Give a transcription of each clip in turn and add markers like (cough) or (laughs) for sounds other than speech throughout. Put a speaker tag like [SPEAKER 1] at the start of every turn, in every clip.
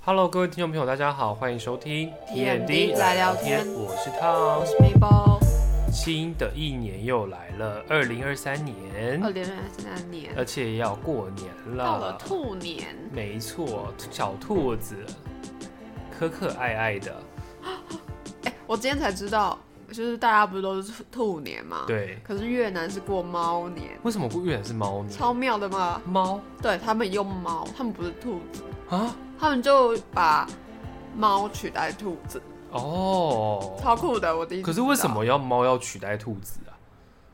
[SPEAKER 1] Hello，各位听众朋友，大家好，欢迎收听
[SPEAKER 2] TMD 来聊天
[SPEAKER 1] 我是 Tom。
[SPEAKER 2] 是 Mabel，
[SPEAKER 1] 新的一年又来了，二零二三
[SPEAKER 2] 二
[SPEAKER 1] 年，
[SPEAKER 2] 零二三年
[SPEAKER 1] 而且要过年
[SPEAKER 2] 到了
[SPEAKER 1] 呃了。
[SPEAKER 2] 兔年，
[SPEAKER 1] 没错，小兔子，可可爱爱的，
[SPEAKER 2] 哎、我今天才知道，就是大家不是都是兔年嘛？。
[SPEAKER 1] 对。
[SPEAKER 2] 可是越南是过猫年，
[SPEAKER 1] 为什么越南是猫呢？
[SPEAKER 2] 超妙的嘛！
[SPEAKER 1] 猫
[SPEAKER 2] 对他们用猫，他们不是兔子，
[SPEAKER 1] 啊？
[SPEAKER 2] 他们就把猫取代兔子，
[SPEAKER 1] 哦。
[SPEAKER 2] 超酷的。我第一次
[SPEAKER 1] 可是为什
[SPEAKER 2] 知道？
[SPEAKER 1] 么要猫要取代兔子啊？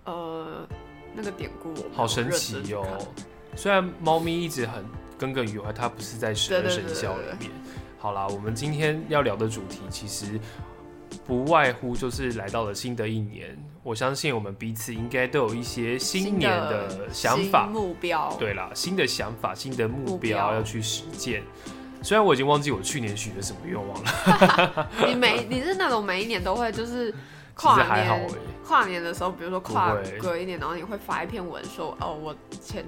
[SPEAKER 2] 呃，那个典故我没有
[SPEAKER 1] 好神奇
[SPEAKER 2] 认
[SPEAKER 1] 哦
[SPEAKER 2] 真去看！
[SPEAKER 1] 虽然猫咪一直很耿耿于怀，它不是在十二
[SPEAKER 2] 对对
[SPEAKER 1] 生
[SPEAKER 2] 对
[SPEAKER 1] 肖里
[SPEAKER 2] 对对
[SPEAKER 1] 面。好啦，我们今天要聊的主题其实不外乎就是来到了新的一年，我相信我们彼此应该都有一些新年的想法
[SPEAKER 2] 新。目标，
[SPEAKER 1] 对啦，新的想法、新的目
[SPEAKER 2] 目
[SPEAKER 1] 标
[SPEAKER 2] 标
[SPEAKER 1] 要去实践。虽然我已经忘记我去年许的什么愿望了，
[SPEAKER 2] 你每 (laughs) 你是那种每一年都会就是
[SPEAKER 1] 其实
[SPEAKER 2] 跨
[SPEAKER 1] 还好
[SPEAKER 2] 年
[SPEAKER 1] 哎、
[SPEAKER 2] 跨年的时候，比如说跨
[SPEAKER 1] 不会
[SPEAKER 2] 隔一年，然后你会发一篇文说，哦，我前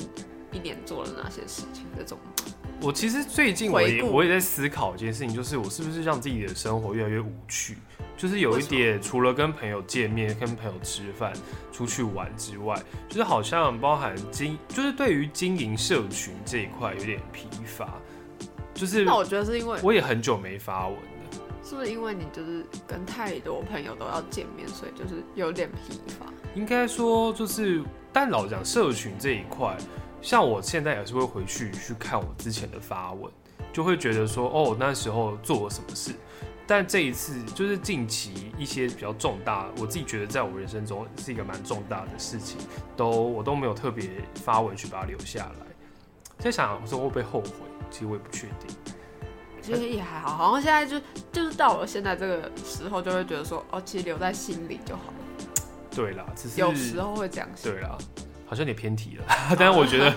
[SPEAKER 2] 一年做了哪些事情，这种
[SPEAKER 1] 我其实最近我
[SPEAKER 2] 回
[SPEAKER 1] 也
[SPEAKER 2] 顾
[SPEAKER 1] 我也在思考一件事情，就是我是不是让自己的生活越来越无趣？就是有
[SPEAKER 2] 为
[SPEAKER 1] 一
[SPEAKER 2] 什么
[SPEAKER 1] 点，除了跟朋友见面、跟朋友吃饭、出去玩之外，就是好像包含经，就是对于经营社群这一块有点疲乏。就是
[SPEAKER 2] 那我觉得是因为
[SPEAKER 1] 我也很久没发文了，
[SPEAKER 2] 是不是因为你就是跟太多朋友都要见面，所以就是有点疲乏？
[SPEAKER 1] 应该说就是，但老实讲社群这一块，像我现在也是会回去去看我之前的发文，就会觉得说，哦，那时候做了什么事。但这一次就是近期一些比较重大，我自己觉得在我人生中是一个蛮重大的事情，都我都没有特别发文去把它留下来。在想我说会不会后悔，其实我也不确定。
[SPEAKER 2] 其实也还好，好像现在就就是到了现在这个时候，就会觉得说，哦，其实留在心里就好了。
[SPEAKER 1] 对啦，只是
[SPEAKER 2] 有时候会这样想，
[SPEAKER 1] 对啦，好像有点偏题了，但是我觉得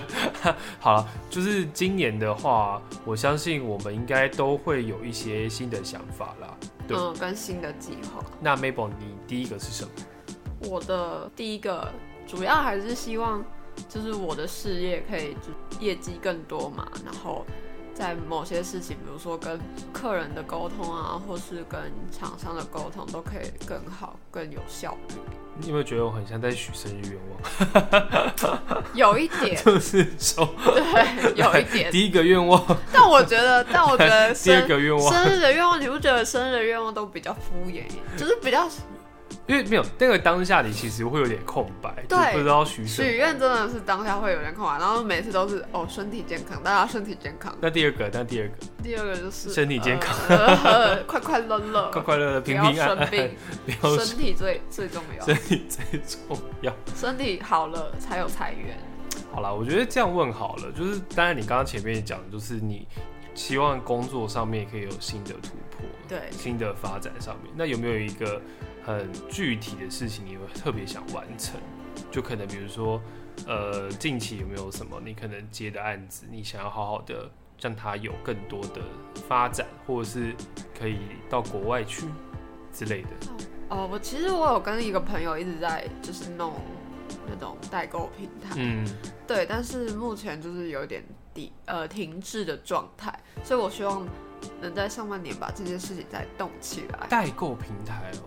[SPEAKER 1] (laughs) 好了，就是今年的话，我相信我们应该都会有一些新的想法啦。对
[SPEAKER 2] 嗯，跟新的计划。
[SPEAKER 1] 那 Mabel，你第一个是什么？
[SPEAKER 2] 我的第一个主要还是希望，就是我的事业可以就业绩更多嘛，然后在某些事情，比如说跟客人的沟通啊，或是跟厂商的沟通，都可以更好、更有效率。
[SPEAKER 1] 你有没有觉得我很像在许生日愿望？，
[SPEAKER 2] 有一点
[SPEAKER 1] (laughs) 就是说，
[SPEAKER 2] 对，有一点。
[SPEAKER 1] 第一个愿望，
[SPEAKER 2] 但我觉得，但我觉得
[SPEAKER 1] (laughs) 第二
[SPEAKER 2] 生
[SPEAKER 1] 个愿望，
[SPEAKER 2] 生日的愿望，你不觉得生日的愿望都比较敷衍一点，就是比较
[SPEAKER 1] 因为没有那个当下，你其实会有点空白，就
[SPEAKER 2] 对
[SPEAKER 1] 不知道许什么。
[SPEAKER 2] 许愿真的是当下会有点空啊，然后每次都是哦身体健康，大家身体健康。
[SPEAKER 1] 那第二个，那第二个，
[SPEAKER 2] 第二个就是
[SPEAKER 1] 身体健康
[SPEAKER 2] 呃，呃快快乐乐，
[SPEAKER 1] 快快乐乐、
[SPEAKER 2] 不
[SPEAKER 1] 平
[SPEAKER 2] 要
[SPEAKER 1] 平安
[SPEAKER 2] 生啊
[SPEAKER 1] 安，
[SPEAKER 2] 病，
[SPEAKER 1] 不要
[SPEAKER 2] 身体最最重要，
[SPEAKER 1] 身体最重要。
[SPEAKER 2] 身体好了才有财源。
[SPEAKER 1] 好啦，我觉得这样问好了，就是当然你刚刚前面也讲的，就是你希望工作上面可以有新的突破，
[SPEAKER 2] 对
[SPEAKER 1] 新的发展上面，那有没有一个很具体的事情你会特别想完成？就可能比如说，呃，近期有没有什么你可能接的案子，你想要好好的让它有更多的发展，或者是可以到国外去之类的？
[SPEAKER 2] 哦，我其实我有跟一个朋友一直在就是弄那种代购平台，
[SPEAKER 1] 嗯，
[SPEAKER 2] 对，但是目前就是有点底呃停滞的状态，所以我希望能在上半年把这件事情再动起来。
[SPEAKER 1] 代购平台哦，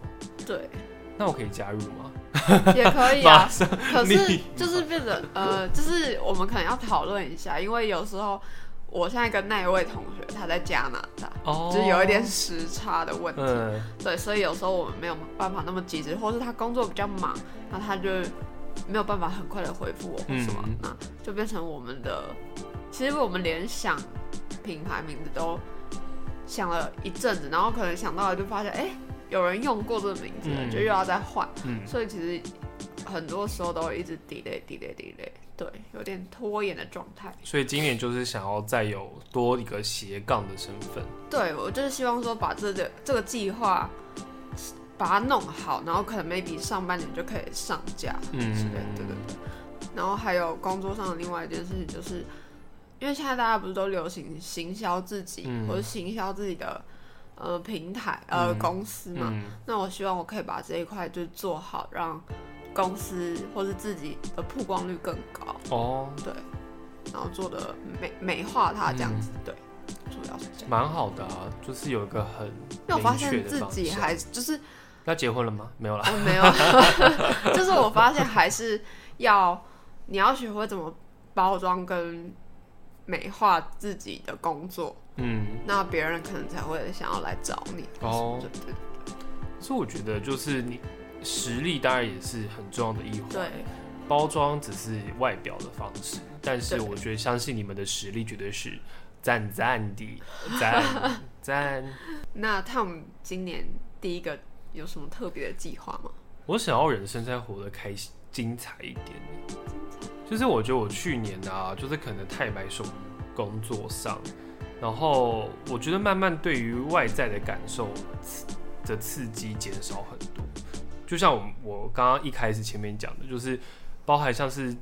[SPEAKER 2] 对，
[SPEAKER 1] 那我可以加入吗？
[SPEAKER 2] (laughs) 也可以
[SPEAKER 1] 马
[SPEAKER 2] 啊。
[SPEAKER 1] 上
[SPEAKER 2] 可是
[SPEAKER 1] 你
[SPEAKER 2] 就是变得呃，就是我们可能要讨论一下，因为有时候我现在跟那一位同学他在加拿大，
[SPEAKER 1] 哦
[SPEAKER 2] 就是有一点时差的问题，
[SPEAKER 1] 嗯，
[SPEAKER 2] 对，所以有时候我们没有办法那么及时，或是他工作比较忙，那他就没有办法很快的回复我或什么，
[SPEAKER 1] 嗯
[SPEAKER 2] 那就变成我们的，其实我们连想品牌名字都想了一阵子，然后可能想到了就发现，哎、有人用过这个名字了，
[SPEAKER 1] 嗯
[SPEAKER 2] 就又要再换。
[SPEAKER 1] 嗯，
[SPEAKER 2] 所以其实很多时候都一直 delay delay delay，对，有点拖延的状态。
[SPEAKER 1] 所以今年就是想要再有多一个斜杠的身份，
[SPEAKER 2] 对我就是希望说把这个这个计划把它弄好，然后可能 maybe 上半年就可以上架
[SPEAKER 1] 嗯
[SPEAKER 2] 之类的，对对对。然后还有工作上的另外一件事情，就是因为现在大家不是都流行行销自己，
[SPEAKER 1] 嗯
[SPEAKER 2] 或者行销自己的呃平台呃、
[SPEAKER 1] 嗯
[SPEAKER 2] 公司嘛，
[SPEAKER 1] 嗯，
[SPEAKER 2] 那我希望我可以把这一块就做好，让公司或是自己的曝光率更高，
[SPEAKER 1] 哦，
[SPEAKER 2] 嗯对，然后做的美美化它这样子，对，主要是这样。
[SPEAKER 1] 蛮好的啊，就是有一个很
[SPEAKER 2] 因为我发
[SPEAKER 1] 明确
[SPEAKER 2] 现
[SPEAKER 1] 的
[SPEAKER 2] 自
[SPEAKER 1] 方
[SPEAKER 2] 己
[SPEAKER 1] 向
[SPEAKER 2] 还就是
[SPEAKER 1] 要结婚了吗？没有啦，
[SPEAKER 2] 我哦没有， (laughs) 就是我发现还是要你要学会怎么包装跟美化自己的工作，
[SPEAKER 1] 嗯，
[SPEAKER 2] 那别人可能才会想要来找你。
[SPEAKER 1] 哦
[SPEAKER 2] 对对
[SPEAKER 1] 所以我觉得就是你实力当然也是很重要的一环，
[SPEAKER 2] 对，
[SPEAKER 1] 包装只是外表的方式，但是
[SPEAKER 2] 对
[SPEAKER 1] 我觉得相信你们的实力绝对是赞赞的
[SPEAKER 2] (laughs)
[SPEAKER 1] 赞赞。
[SPEAKER 2] 那他们今年第一个有什么特别的计划吗？
[SPEAKER 1] 我想要人生再活得开心、精彩一点。就是我觉得我去年啊，就是可能太埋首于工作上，然后我觉得慢慢对于外在的感受刺的刺激减少很多。就像我我刚刚一开始前面讲的，就是包含像是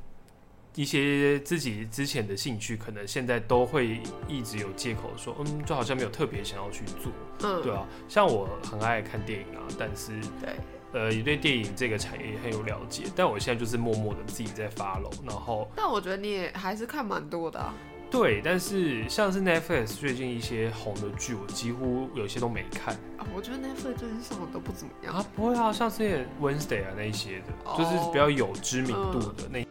[SPEAKER 1] 一些自己之前的兴趣，可能现在都会一直有借口说，嗯，就好像没有特别想要去做。
[SPEAKER 2] 嗯，
[SPEAKER 1] 对啊，像我很爱看电影啊，但是
[SPEAKER 2] 对
[SPEAKER 1] 呃，也对电影这个产业很有了解，但我现在就是默默的自己在发楼，然后
[SPEAKER 2] 但我觉得你也还是看蛮多的、啊。
[SPEAKER 1] 对，但是像是 Netflix 最近一些红的剧，我几乎有些都没看
[SPEAKER 2] 啊，我觉得 Netflix 最近上的都不怎么样。
[SPEAKER 1] 啊，不会啊，像之前 Wednesday 啊那一些的，
[SPEAKER 2] 哦
[SPEAKER 1] 就是比较有知名度
[SPEAKER 2] 嗯
[SPEAKER 1] 的那，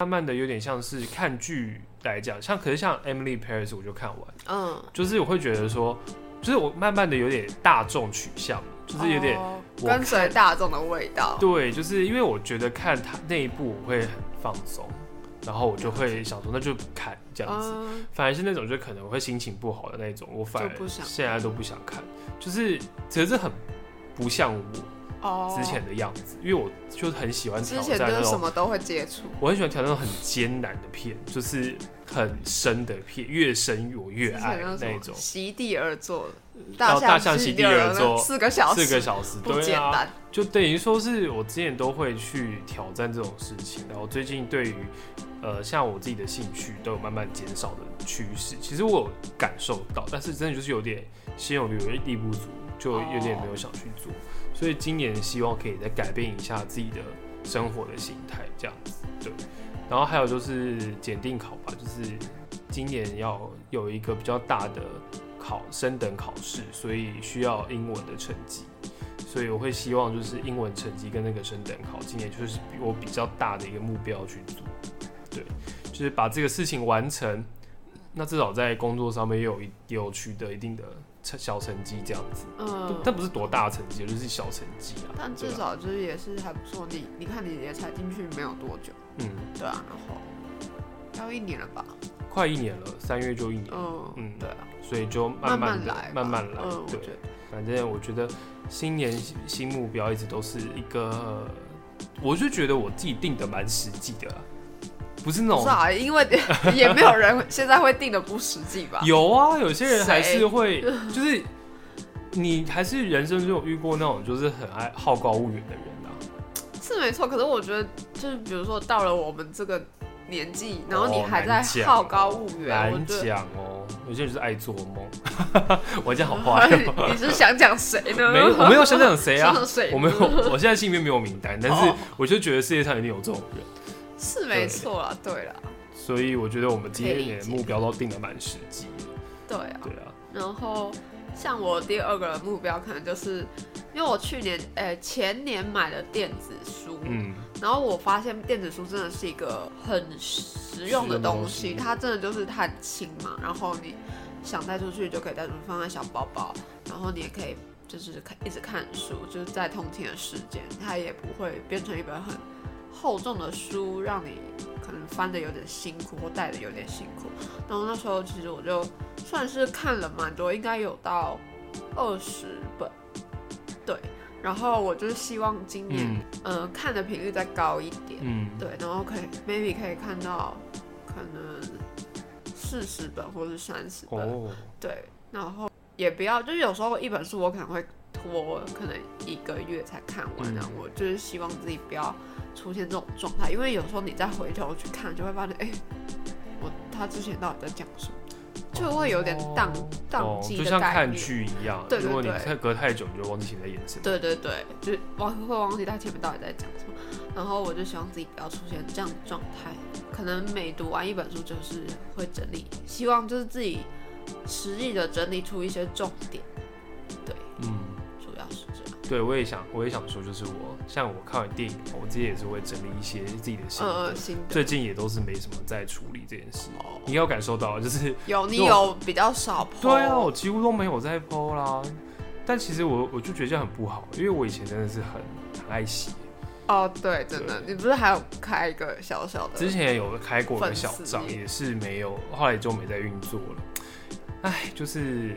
[SPEAKER 1] 慢慢的有点像是看剧来讲，像可是像 Emily Paris 我就看完，
[SPEAKER 2] 嗯，
[SPEAKER 1] 就是我会觉得说，就是我慢慢的有点大众取向，就是有点。
[SPEAKER 2] 哦
[SPEAKER 1] 我
[SPEAKER 2] 跟随大众的味道。
[SPEAKER 1] 对，就是因为我觉得看他那一部我会很放松，然后我就会想说那就不看这样子。
[SPEAKER 2] 嗯，
[SPEAKER 1] 反而是那种就可能会心情不好的那种，我反
[SPEAKER 2] 就不
[SPEAKER 1] 而
[SPEAKER 2] 想
[SPEAKER 1] 现在都不想看，就是其实很不像我
[SPEAKER 2] 哦，
[SPEAKER 1] 之前的样子，因为我就是很喜欢挑
[SPEAKER 2] 之前
[SPEAKER 1] 战
[SPEAKER 2] 就
[SPEAKER 1] 那
[SPEAKER 2] 是什
[SPEAKER 1] 种，
[SPEAKER 2] 么都会接触。
[SPEAKER 1] 我很喜欢挑战那种很艰难的片，就是很深的片，越深我越
[SPEAKER 2] 之
[SPEAKER 1] 爱
[SPEAKER 2] 前就是什
[SPEAKER 1] 那
[SPEAKER 2] 么
[SPEAKER 1] 种。
[SPEAKER 2] 席地而坐，
[SPEAKER 1] 然后大象
[SPEAKER 2] 席
[SPEAKER 1] 席地而坐
[SPEAKER 2] 那四个小时，
[SPEAKER 1] 四个小时，
[SPEAKER 2] 不
[SPEAKER 1] 对
[SPEAKER 2] 简
[SPEAKER 1] 啊，
[SPEAKER 2] 单。
[SPEAKER 1] 就等于说是我之前都会去挑战这种事情，然后最近对于呃像我自己的兴趣都有慢慢减少的趋势。其实我有感受到，但是真的就是有点先有余而力不足，就有点没有想去做。所以今年希望可以再改变一下自己的生活的形态，这样子对。然后还有就是检定考吧，就是今年要有一个比较大的考升等考试，所以需要英文的成绩。所以我会希望就是英文成绩跟那个升等考，今年就是比我比较大的一个目标去做，对，就是把这个事情完成，那至少在工作上面也有一也有取得一定的成小成绩这样子，
[SPEAKER 2] 嗯，
[SPEAKER 1] 但不是多大的成绩，就是小成绩啊，
[SPEAKER 2] 但至
[SPEAKER 1] 对啊
[SPEAKER 2] 少就是也是还不错。你你看你也才进去没有多久，
[SPEAKER 1] 嗯，
[SPEAKER 2] 对啊，然后要一年了吧？
[SPEAKER 1] 快一年了，三月就一年，
[SPEAKER 2] 嗯，
[SPEAKER 1] 嗯，
[SPEAKER 2] 对啊，
[SPEAKER 1] 所以就慢
[SPEAKER 2] 慢
[SPEAKER 1] 慢地
[SPEAKER 2] 来吧，
[SPEAKER 1] 慢慢来，
[SPEAKER 2] 嗯，我
[SPEAKER 1] 对
[SPEAKER 2] 觉，得
[SPEAKER 1] 反正我觉得新年新目标一直都是一个，呃我就觉得我自己定的蛮实际的啦，不是那
[SPEAKER 2] 不
[SPEAKER 1] 种
[SPEAKER 2] 是啊，因为 (laughs) 也没有人现在会定的不实际吧？
[SPEAKER 1] 有啊，有些人还
[SPEAKER 2] 谁
[SPEAKER 1] 是
[SPEAKER 2] (laughs)
[SPEAKER 1] 会，就是你还是人生中有遇过那种就是很爱好高骛远的人啊。
[SPEAKER 2] 是没错，可是我觉得就是比如说到了我们这个年纪，然后你
[SPEAKER 1] 哦
[SPEAKER 2] 还在
[SPEAKER 1] 难讲
[SPEAKER 2] 好高骛远，我
[SPEAKER 1] 难
[SPEAKER 2] 觉得
[SPEAKER 1] 讲哦，有些人就是爱做梦， (laughs) 我这样好
[SPEAKER 2] (laughs)
[SPEAKER 1] 坏哦。
[SPEAKER 2] 你是想讲谁呢？
[SPEAKER 1] 没有，我没有想想谁啊
[SPEAKER 2] 想讲谁，
[SPEAKER 1] 我没有，我现在心里面没有名单，但是
[SPEAKER 2] 哦
[SPEAKER 1] 我就觉得世界上一定有这种人，
[SPEAKER 2] 是没错啦，对啊啦，
[SPEAKER 1] 所以我觉得我们今
[SPEAKER 2] 可以
[SPEAKER 1] 天
[SPEAKER 2] 理
[SPEAKER 1] 的
[SPEAKER 2] 解
[SPEAKER 1] 目标都定的蛮实际的，
[SPEAKER 2] 对啊。
[SPEAKER 1] 对啊，
[SPEAKER 2] 然后像我第二个目标，可能就是因为我去年呃、前年买的电子书，
[SPEAKER 1] 嗯，
[SPEAKER 2] 然后我发现电子书真的是一个很实用的东
[SPEAKER 1] 实
[SPEAKER 2] 西，
[SPEAKER 1] 用的东西
[SPEAKER 2] 它真的就是它很轻嘛，然后你想带出去就可以带出去，放在小包包，然后你也可以就是看一直看书，就是在通勤的时间，它也不会变成一本很厚重的书，让你可能翻的有点辛苦或带的有点辛苦。然后那时候其实我就算是看了蛮多，应该有到二十本，对。然后我就是希望今年
[SPEAKER 1] 嗯，
[SPEAKER 2] 呃，看的频率再高一点，
[SPEAKER 1] 嗯，
[SPEAKER 2] 对，然后可以 maybe 可以看到可能四十本或是三十本，
[SPEAKER 1] 哦，
[SPEAKER 2] 对，然后也不要，就是有时候一本书我可能会拖，可能一个月才看完啊，
[SPEAKER 1] 嗯
[SPEAKER 2] 我就是希望自己不要出现这种状态，因为有时候你再回头去看，就会发现，哎、我他之前到底在讲什么，就会有点宕
[SPEAKER 1] 哦
[SPEAKER 2] 宕
[SPEAKER 1] 哦
[SPEAKER 2] 机
[SPEAKER 1] 就
[SPEAKER 2] 的
[SPEAKER 1] 像
[SPEAKER 2] 概
[SPEAKER 1] 看
[SPEAKER 2] 念。
[SPEAKER 1] 剧一样，
[SPEAKER 2] 对对
[SPEAKER 1] 如果你
[SPEAKER 2] 对
[SPEAKER 1] 看隔太久，你就忘记前面在演什么。
[SPEAKER 2] 对对对，就是忘会忘记他前面到底在讲什么。然后我就希望自己不要出现这样的状态，可能每读完一本书就是会整理，希望就是自己实际的整理出一些重点。对，
[SPEAKER 1] 嗯，
[SPEAKER 2] 主要是这样。
[SPEAKER 1] 对我也想，我也想说，就是我像我看完电影，我自己也是会整理一些自己的心
[SPEAKER 2] 呃，
[SPEAKER 1] 得。
[SPEAKER 2] 心得
[SPEAKER 1] 嗯最近也都是没什么在处理这件事，
[SPEAKER 2] 哦
[SPEAKER 1] 你应该有感受到，就是
[SPEAKER 2] 有你
[SPEAKER 1] 如果
[SPEAKER 2] 有比较少 po
[SPEAKER 1] (laughs) 对啊，我几乎都没有在剖啦。但其实我我就觉得这样很不好，因为我以前真的是很很爱洗，
[SPEAKER 2] 哦，对，真的，你不是还有开一个小小的？
[SPEAKER 1] 之前有开过一个
[SPEAKER 2] 呃粉
[SPEAKER 1] 小
[SPEAKER 2] 丝
[SPEAKER 1] 账，
[SPEAKER 2] 页
[SPEAKER 1] 也是没有，后来就没再运作了。唉，就是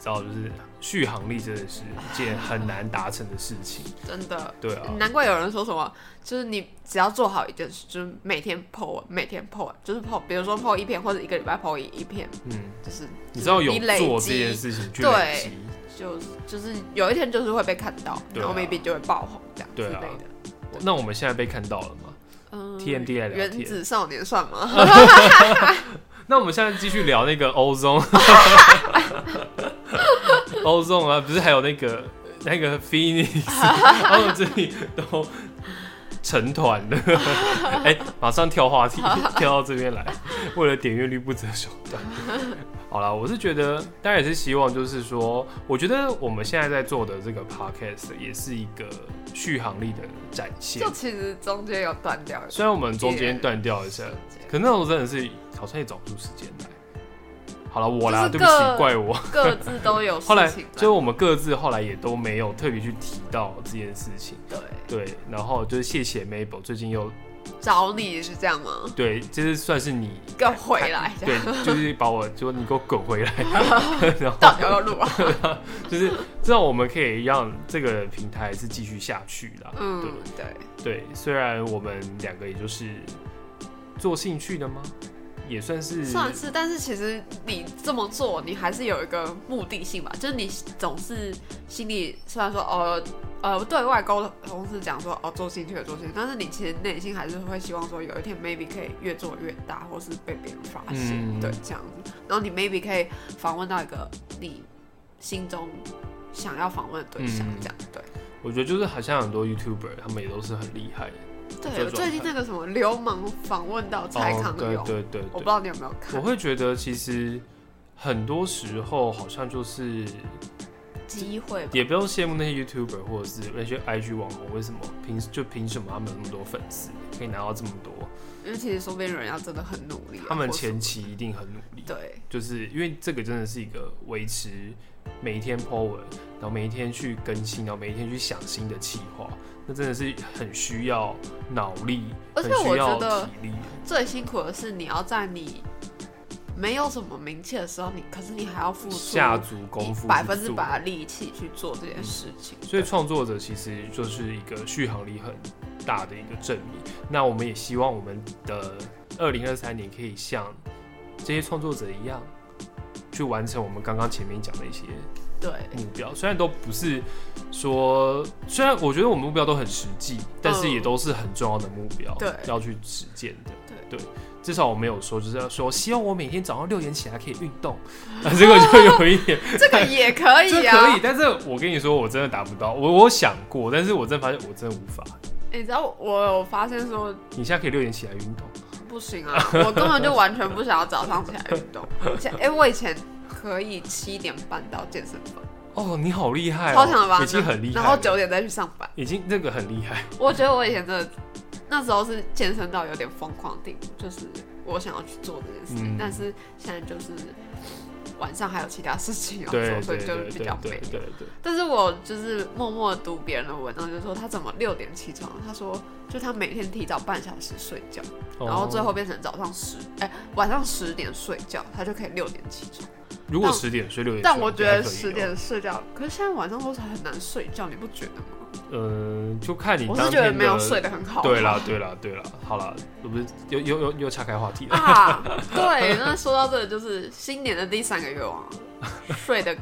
[SPEAKER 1] 知道，就是续航力真的是一件很难达成的事情。
[SPEAKER 2] 真的，
[SPEAKER 1] 对啊，
[SPEAKER 2] 难怪有人说什么，就是你只要做好一件事，就是每天 po 文，每天 po 文，就是 po，比如说 po 一篇或者一个礼拜 po 一一篇，
[SPEAKER 1] 嗯，
[SPEAKER 2] 就是
[SPEAKER 1] 你知道有
[SPEAKER 2] 你累
[SPEAKER 1] 做这
[SPEAKER 2] 积
[SPEAKER 1] 件事情去
[SPEAKER 2] 对
[SPEAKER 1] 累积，
[SPEAKER 2] 就是就是有一天就是会被看到，
[SPEAKER 1] 对啊
[SPEAKER 2] 然后 maybe 就会爆红这样之
[SPEAKER 1] 对
[SPEAKER 2] 类
[SPEAKER 1] 啊
[SPEAKER 2] 的。
[SPEAKER 1] 那我们现在被看到了吗？
[SPEAKER 2] 嗯
[SPEAKER 1] TMD 来聊天
[SPEAKER 2] 原子少年算吗？
[SPEAKER 1] 那我们现在继续聊那个欧 (laughs) 宗，欧宗啊，不是还有那个那个 Phoenix，然后这里都成团了，哎、马上跳话题，跳到这边来，为了点阅率不择手段。好啦，我是觉得，当然也是希望，就是说，我觉得我们现在在做的这个 podcast 也是一个续航力的展现
[SPEAKER 2] 就。其实中间有断掉一
[SPEAKER 1] 虽然我们中间断掉一下，
[SPEAKER 2] 些，
[SPEAKER 1] 可那我真的是好像也找不出时间来。好了，我啦，
[SPEAKER 2] 就是
[SPEAKER 1] 对不起，
[SPEAKER 2] 各
[SPEAKER 1] 怪我。
[SPEAKER 2] 各自都有事
[SPEAKER 1] 后来
[SPEAKER 2] 情啦。
[SPEAKER 1] 就我们各自后来也都没有特别去提到这件事情。
[SPEAKER 2] 对，
[SPEAKER 1] 对，然后就是谢谢 Mabel，最近又
[SPEAKER 2] 找你是这样吗？
[SPEAKER 1] 对，就是算是你
[SPEAKER 2] 给我回来，这 (laughs)
[SPEAKER 1] 对
[SPEAKER 2] 样，
[SPEAKER 1] 就是把我就你给我滚
[SPEAKER 2] (laughs)
[SPEAKER 1] 回来，然后
[SPEAKER 2] 到底要不要录啊？
[SPEAKER 1] 就是让我们可以让这个平台是继续下去啦。
[SPEAKER 2] 嗯，对，
[SPEAKER 1] 对，虽然我们两个也就是做兴趣的吗？也算是
[SPEAKER 2] 算是，但是其实你这么做，你还是有一个目的性吧，就是你总是心里虽然说哦呃对外沟通是讲说哦做兴趣的做兴趣，但是你其实内心还是会希望说有一天 maybe 可以越做越大，或是被别人发现，
[SPEAKER 1] 嗯
[SPEAKER 2] 对这样子，然后你 maybe 可以访问到一个你心中想要访问的对象
[SPEAKER 1] 嗯，
[SPEAKER 2] 这样、对。
[SPEAKER 1] 我觉得就是好像很多 YouTuber 他们也都是很厉害的，这
[SPEAKER 2] 对，
[SPEAKER 1] 种哦
[SPEAKER 2] 最近那个什么流氓访问到蔡康永，
[SPEAKER 1] 对对对
[SPEAKER 2] 我不
[SPEAKER 1] 对，
[SPEAKER 2] 知道你有没有
[SPEAKER 1] 我
[SPEAKER 2] 看，
[SPEAKER 1] 会觉得其实很多时候好像就是
[SPEAKER 2] 机会吧
[SPEAKER 1] 也不用羡慕那些 YouTuber 或者是那些 IG 网红，为什么凭就凭什么他们有那么多粉丝，可以拿到这么多？
[SPEAKER 2] 因为其实说不定人家真的很努力啊、
[SPEAKER 1] 他们
[SPEAKER 2] 或是
[SPEAKER 1] 前期一定很努力，
[SPEAKER 2] 对，
[SPEAKER 1] 就是因为这个真的是一个维持每一天 po 文，然后每一天去更新，然后每一天去想新的企划，那真的是很需要脑力，
[SPEAKER 2] 而
[SPEAKER 1] 很
[SPEAKER 2] 且
[SPEAKER 1] 需
[SPEAKER 2] 我
[SPEAKER 1] 要
[SPEAKER 2] 觉得
[SPEAKER 1] 体力。
[SPEAKER 2] 最辛苦的是你要在你没有什么名气的时候，你可是你还要付出
[SPEAKER 1] 下足功夫，嗯
[SPEAKER 2] 你百分之百。的力气去做这件事情。
[SPEAKER 1] 所以创作者其实就是一个续航力很大的一个证明。那我们也希望我们的二零二三年可以像这些创作者一样，去完成我们刚刚前面讲的一些
[SPEAKER 2] 对，
[SPEAKER 1] (laughs) 目标。虽然都不是说，虽然我觉得我们目标都很实际，但是也都是很重要的目标，
[SPEAKER 2] 对
[SPEAKER 1] 要去实践的。对，至少我没有说，就是要说希望我每天早上六点起来可以运动， (laughs) 啊，这个就有一点。
[SPEAKER 2] 这个也可
[SPEAKER 1] 这
[SPEAKER 2] 以
[SPEAKER 1] 可以
[SPEAKER 2] 啊。，
[SPEAKER 1] 但是我跟你说，我真的达不到。我我有想过，但是我真的发现我真的无法。
[SPEAKER 2] 你知道我有发现说
[SPEAKER 1] 你现在可以六点起来运动，
[SPEAKER 2] 不
[SPEAKER 1] (laughs)
[SPEAKER 2] 行啊，我根本就完全不想要早上起来运动。以前哎、我以前可以七点半到健身房，
[SPEAKER 1] 哦，你好厉害、哦，
[SPEAKER 2] 超强的吧？
[SPEAKER 1] 已经很厉害
[SPEAKER 2] 然
[SPEAKER 1] 了，
[SPEAKER 2] 后九点再去上班。
[SPEAKER 1] 已经那个很厉害，
[SPEAKER 2] 我觉得我以前真的那时候是健身到有点疯狂的地步，就是我想要去做这件事情，
[SPEAKER 1] 嗯
[SPEAKER 2] 但是现在就是晚上还有其他事情要
[SPEAKER 1] 对
[SPEAKER 2] 做，所
[SPEAKER 1] 对
[SPEAKER 2] 以就
[SPEAKER 1] 对
[SPEAKER 2] 比
[SPEAKER 1] 对
[SPEAKER 2] 较
[SPEAKER 1] 对
[SPEAKER 2] 没。
[SPEAKER 1] 对对，
[SPEAKER 2] 但是我就是默默地读别人的文章，就说他怎么六点起床，他说就他每天提早半小时睡觉，然后最后
[SPEAKER 1] 哦
[SPEAKER 2] 变成早上十哎、晚上十点睡觉，他就可以六点起床。
[SPEAKER 1] 如果
[SPEAKER 2] 但
[SPEAKER 1] 十点睡六点睡，
[SPEAKER 2] 但我觉得
[SPEAKER 1] 应该可以哦
[SPEAKER 2] 十点睡觉，可是现在晚上都是很难睡觉，你不觉得吗？
[SPEAKER 1] 哦，嗯、就看你
[SPEAKER 2] 我
[SPEAKER 1] 当
[SPEAKER 2] 是
[SPEAKER 1] 天
[SPEAKER 2] 觉得
[SPEAKER 1] 的
[SPEAKER 2] 没有睡得很好。
[SPEAKER 1] 对啦，对啦，对啦，好啦，我不是又又又又岔开话题了。 (laughs)
[SPEAKER 2] 啊，对，那说到这个，就是新年的第三个愿
[SPEAKER 1] (laughs)
[SPEAKER 2] 望，睡得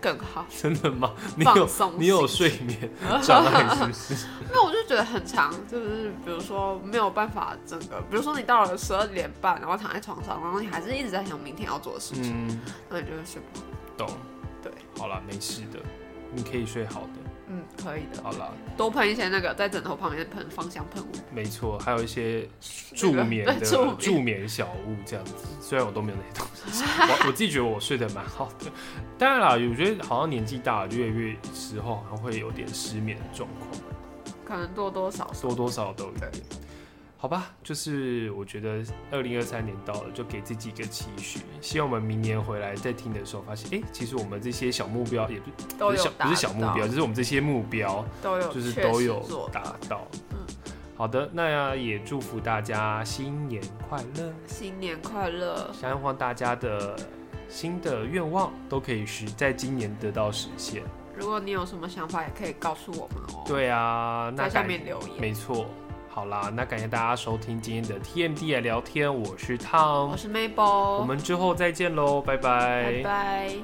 [SPEAKER 2] 更好，
[SPEAKER 1] 真的吗？你
[SPEAKER 2] 放
[SPEAKER 1] 有
[SPEAKER 2] 松。
[SPEAKER 1] 你有？睡眠障碍是不是？
[SPEAKER 2] 那我就觉得很长，就是比如说没有办法整个，比如说你到了十二点半，然后躺在床上，然后你还是一直在想明天要做的事情，
[SPEAKER 1] 嗯，
[SPEAKER 2] 那你就会睡不好。
[SPEAKER 1] 懂。
[SPEAKER 2] 对，
[SPEAKER 1] 好啦，没事的，你可以睡好的。
[SPEAKER 2] 嗯，可以的。
[SPEAKER 1] 好啦，
[SPEAKER 2] 多喷一些那个在枕头旁边喷芳香喷雾，
[SPEAKER 1] 没错，还有一些
[SPEAKER 2] 那个 (laughs)
[SPEAKER 1] 助眠的
[SPEAKER 2] 对助眠
[SPEAKER 1] 助眠小物这样子。虽然我都没有那些东西， (laughs) 我我自己觉得我睡得蛮好的。当然啦，我觉得好像年纪大了，就越来越时候好像会有点失眠的状况，
[SPEAKER 2] 可能多多少少
[SPEAKER 1] 多多少少都有一点。好吧，就是我觉得二零二三年到了，就给自己一个期许，希望我们明年回来再听的时候，发现哎、诶其实我们这些小目标也不是
[SPEAKER 2] 都
[SPEAKER 1] 不是
[SPEAKER 2] 有
[SPEAKER 1] 小
[SPEAKER 2] 达
[SPEAKER 1] 不是小目
[SPEAKER 2] 到
[SPEAKER 1] 标，就是我们这些目标，
[SPEAKER 2] 都有
[SPEAKER 1] 就是
[SPEAKER 2] 确
[SPEAKER 1] 都
[SPEAKER 2] 实
[SPEAKER 1] 有
[SPEAKER 2] 做
[SPEAKER 1] 达到。
[SPEAKER 2] 嗯
[SPEAKER 1] 好的，那也祝福大家新年快乐，
[SPEAKER 2] 新年快乐，
[SPEAKER 1] 希望大家的新的愿望都可以实在今年得到实现。
[SPEAKER 2] 如果你有什么想法，也可以告诉我们哦。，
[SPEAKER 1] 对啊，那
[SPEAKER 2] 在下
[SPEAKER 1] 感
[SPEAKER 2] 面留言。
[SPEAKER 1] 没错。好啦，那感谢大家收听今天的 TMD 来聊天，我是
[SPEAKER 2] 我
[SPEAKER 1] Tom，
[SPEAKER 2] 是 Mabel，
[SPEAKER 1] 我们之后再见喽，
[SPEAKER 2] 拜拜。